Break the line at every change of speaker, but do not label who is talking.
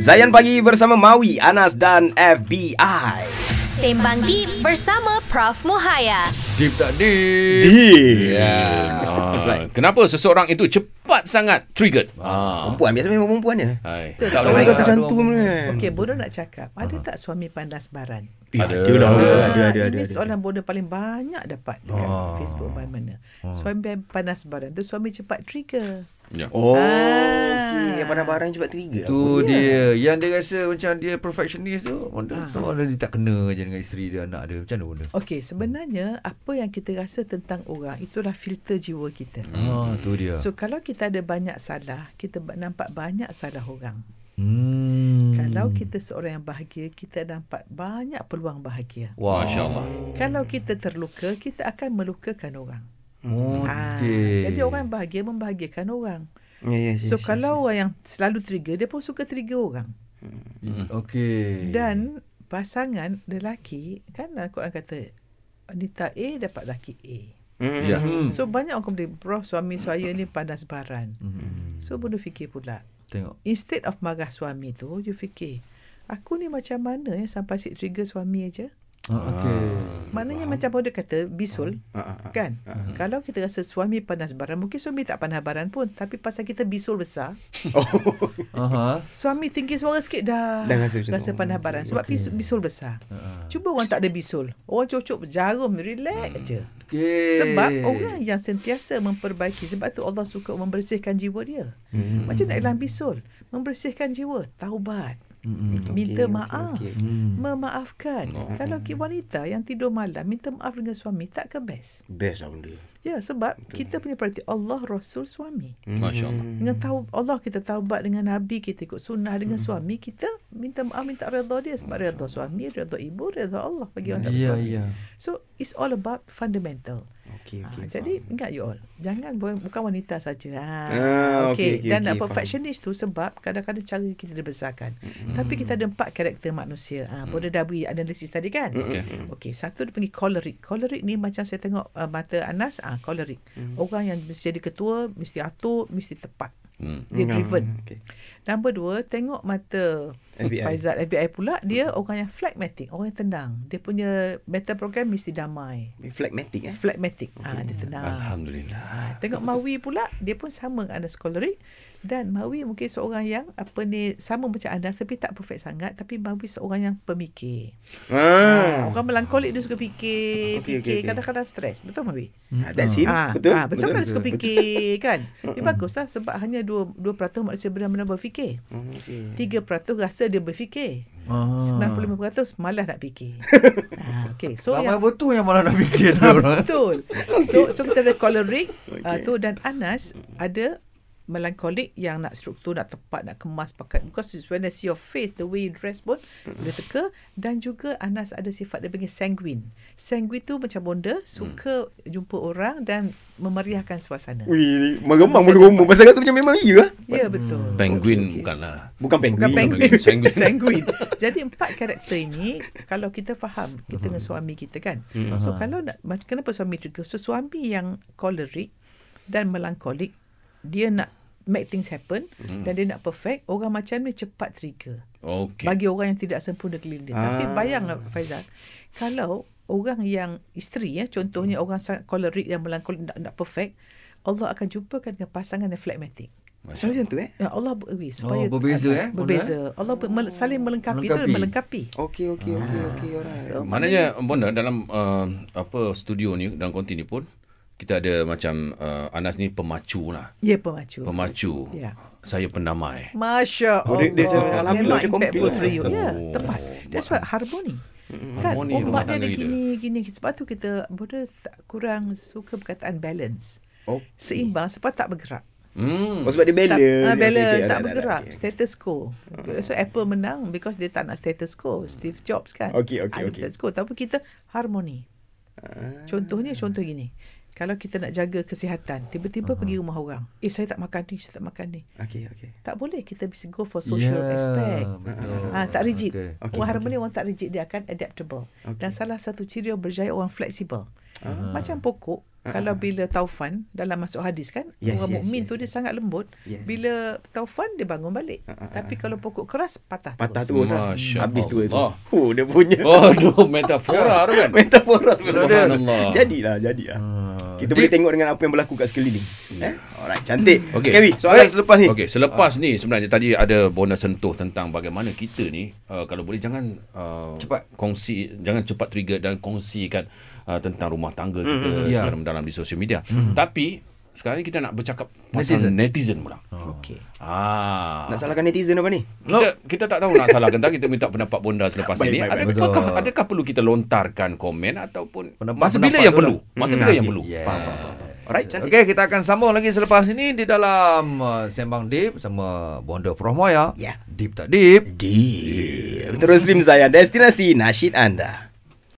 Zayan Pagi bersama Maui, Anas dan FBI.
Sembang Deep bersama Prof Muhaya.
Deep tak deep.
Yeah.
Ah, kenapa seseorang itu cepat sangat triggered? Ah.
Perempuan, biasa memang perempuan dia.
Hai.
Tak
Tak
boleh
boleh.
kata jantung kan.
Okey, bodoh nak cakap. Ada tak suami pandas baran? Kan?
Ada.
Dia dah ada, ada, ada,
ini
ada. Ah.
soalan bodoh paling banyak dapat dekat Facebook mana-mana. Suami panas baran tu suami cepat trigger.
Ya.
Oh, okey. Yang pandang barang cepat trigger.
Tu dia Yang dia rasa macam dia perfectionist tu
Ah.
Onda ha. Soalan dia tak kena je dengan isteri dia Anak dia Macam mana benda
Okey, sebenarnya apa yang kita rasa tentang orang itulah filter jiwa kita.
Hmm.
Ah, tu
Ya.
dia
So kalau kita ada banyak salah, kita ba- nampak banyak salah orang.
hmm.
Kalau kita seorang yang bahagia, kita nampak banyak peluang bahagia.
Wah
Masya Allah.
Kalau kita terluka, kita akan melukakan orang. Ah,
Okey
Jadi orang yang bahagia membahagiakan orang.
Ya, ya,
So kalau orang yang selalu trigger, dia pun suka trigger orang.
Hmm.
Okey
Dan pasangan lelaki, kan dalam Quran kata wanita A dapat lelaki A.
Ya.
hmm.
So banyak orang boleh bro suami saya ni panas baran. So bodoh fikir pula.
Tengok
Instead of marah suami tu, you fikir, aku ni macam mana ya sampai asyik trigger suami aja?
ah, Okey
Maknanya macam bodoh kata bisul
Ah,
kan? Kalau kita rasa suami panas baran, mungkin suami tak panas baran pun, tapi pasal kita bisul besar,
Ah.
Aha.
Suami tinggi suara sikit dah.
Dah rasa macam
rasa
tu.
pandai baran. Sebab bisul, bisul besar. Cuba orang tak ada bisul. Orang cucuk jarum, relax je.
Okey
Sebab orang yang sentiasa memperbaiki. Sebab tu Allah suka membersihkan jiwa dia.
Hmm.
Macam nak hilang bisul. Membersihkan jiwa. Taubat. Minta
Okey,
maaf.
okey,
Memaafkan. Kalau ki wanita yang tidur malam, minta maaf dengan suami, tak ke best.
Best lah benda.
Ya, sebab kita punya perhati Allah, Rasul, suami.
Hmm.
Masya Allah.
Dengan tahu Allah kita taubat dengan Nabi kita ikut sunnah dengan suami kita minta maaf minta redha dia sebab redha suami redha ibu redha Allah bagi orang tak
Ya
bersuami.
ya
So it's all about fundamental.
Okey,
Ah,
okey. Hmm,
jadi ingat you all jangan bu- bukan wanita saja. Ha.
Ah, okey,
okay,
okey, okey,
dan okay,
faham.
perfectionist tu sebab kadang-kadang cara kita dibesarkan. Tapi kita ada empat karakter manusia. Ah, Bodoh dah beri analisis tadi kan?
Okey.
Okey, satu dia panggil choleric. Choleric ni macam saya tengok uh, mata Anas, ah choleric. Orang yang mesti jadi ketua, mesti atur, mesti tepat.
Hmm.
Dia
Hmm,
driven.
okey.
Nombor dua, tengok mata
FBI.
FBI. Faizal FBI pula, dia orang yang phlegmatic, orang yang tenang. Dia punya mental program mesti damai.
Phlegmatic eh.
Phlegmatic. Okay. Ah, dia tenang. Ah,
Alhamdulillah.
Tengok Mawi pula, dia pun sama dengan Anas Colorik. Dan Mawi mungkin seorang yang apa ni sama macam Anas tapi tak perfect sangat. Tapi Mawi seorang yang pemikir.
Ah.
Ah, orang melankolik dia suka
Okey,
fikir, okay,
okey,
fikir.
okey.
Kadang-kadang stres. Betul Mawi?
Hmm.
Ah, That's him.
Ah,
Betul?
Ah, betul, kan dia suka
betul.
fikir kan? Ya baguslah sebab hanya 2, 2% manusia benar-benar berfikir.
Hmm, okey.
3% rasa dia berfikir.
Ah.
95% malah nak fikir. ah, okay. So
Ramai
yang Ah,
betul yang malah nak fikir tu orang
betul. So so kita ada choleric ah,
Okey.
tu dan Anas ada melankolik yang nak struktur, nak tepat, nak kemas pakai. Because it's when I see your face, the way you dress pun, dia teka. Dan juga Anas ada sifat dia panggil sanguine. Sanguine tu macam bonda, suka jumpa orang dan memeriahkan suasana.
Wih, meremang bulu rumah. Pasal rasa macam memang ya.
Ya, betul.
Penguin bukanlah.
Bukan penguin.
Bukan penguin. Sanguin.
Sanguin.
sanguin. Jadi empat karakter ini kalau kita faham kita dengan suami kita kan. So kalau nak, ma- kenapa suami trigger? So suami yang choleric dan melankolik dia nak make things happen dan dia nak perfect, orang macam ni cepat trigger.
Okey.
Okay. Bagi orang yang tidak sempurna keliling dia. Tapi
Ah.
bayang Faizal, kalau orang yang isteri ya,
Hmm.
contohnya orang sangat choleric yang melankolik nak, nak perfect, Allah akan jumpakan dengan pasangan yang phlegmatic.
Macam macam tu eh.
Ya Allah beri supaya
berbeza, eh?
berbeza. Allah ber, mel, saling melengkapi, melengkapi.
Melengkapi. Oh.
Okey,
tu melengkapi.
okey, okey, okey. Alright.
So,
Maknanya Bona dalam uh, apa studio ni dalam konti ni pun kita ada macam uh, Anas ni pemacu lah.
ya pemacu.
Pemacu.
Ya.
Saya pendamai.
Masya
Oh, dia-
Allah.
dia macam Alhamdulillah
Memang
macam
impactful
complete
to you.
lah.
Ya,
Oh.
tepat. That's what harmoni. Kan,
Harmoni rumah
umat dia ada
tangga kita.
gini, gini. Sebab tu kita bodoh tak kurang suka perkataan balance.
Oh.
Seimbang sebab tak bergerak.
Hmm.
Oh, sebab dia balance.
Tak,
Okey,
ah,
okey,
balance,
okey,
tak
okey,
bergerak.
okey, okey.
Status quo. So Apple menang because dia tak nak status quo. Steve Jobs kan.
Okey, okey,
Ada
okey.
Status quo. Tapi kita harmoni.
Ah.
Contohnya, contoh gini. Kalau kita nak jaga kesihatan, tiba-tiba pergi rumah orang. Eh, saya tak makan ni, saya tak makan ni.
Okey, okey.
Tak boleh. Kita mesti go for social
Ya,
aspect.
betul.
Ha, tak rigid.
Okey.
Okay. Orang harmoni orang tak Ah. rigid, dia akan adaptable. Dan salah satu ciri orang berjaya orang fleksibel. Macam pokok, Kalau bila Taufan dalam masuk hadis kan,
Ah. Yes, yes,
orang mukmin
yes,
tu dia sangat lembut.
Yes. Ah,
Bila Taufan dia bangun balik. Tapi kalau pokok keras patah
Patah terus
terus.
lah.
Masya
Habis tu tu.
Allah.
Oh, dia punya.
Aduh, metafora tu kan.
Metafora tu.
Subhanallah. Ah.
Jadilah, jadilah. Kita boleh tengok dengan apa yang berlaku kat sekeliling. Eh? Alright, cantik.
Hmm. Okey.
Kevin, soalan selepas ni.
Okey, selepas ni sebenarnya tadi ada bonus sentuh tentang bagaimana kita ni uh, kalau boleh jangan uh,
Cepat.
kongsi jangan cepat trigger dan kongsikan uh, tentang rumah tangga kita mm,
Ya. Hmm.
secara mendalam di sosial media. Mm. Tapi sekarang ni kita nak bercakap pasal netizen, netizen pula.
Okey.
Ah.
Nak salahkan netizen apa ni?
Kita kita tak tahu nak salahkan tak kita minta pendapat bonda selepas
Baik,
ini.
baik, baik.
adakah
Betul.
adakah perlu kita lontarkan komen ataupun
Pendapat-
masa bila
pendapat
yang
tu
perlu? Masa bila yang perlu?
Yeah.
Faham, faham, faham. Alright, cantik.
Okey, kita akan sambung lagi selepas ini di dalam uh, Sembang Deep sama Bonda Promoya.
Ya.
Deep tak deep.
Deep. Terus stream saya Destinasi Nasyid Anda.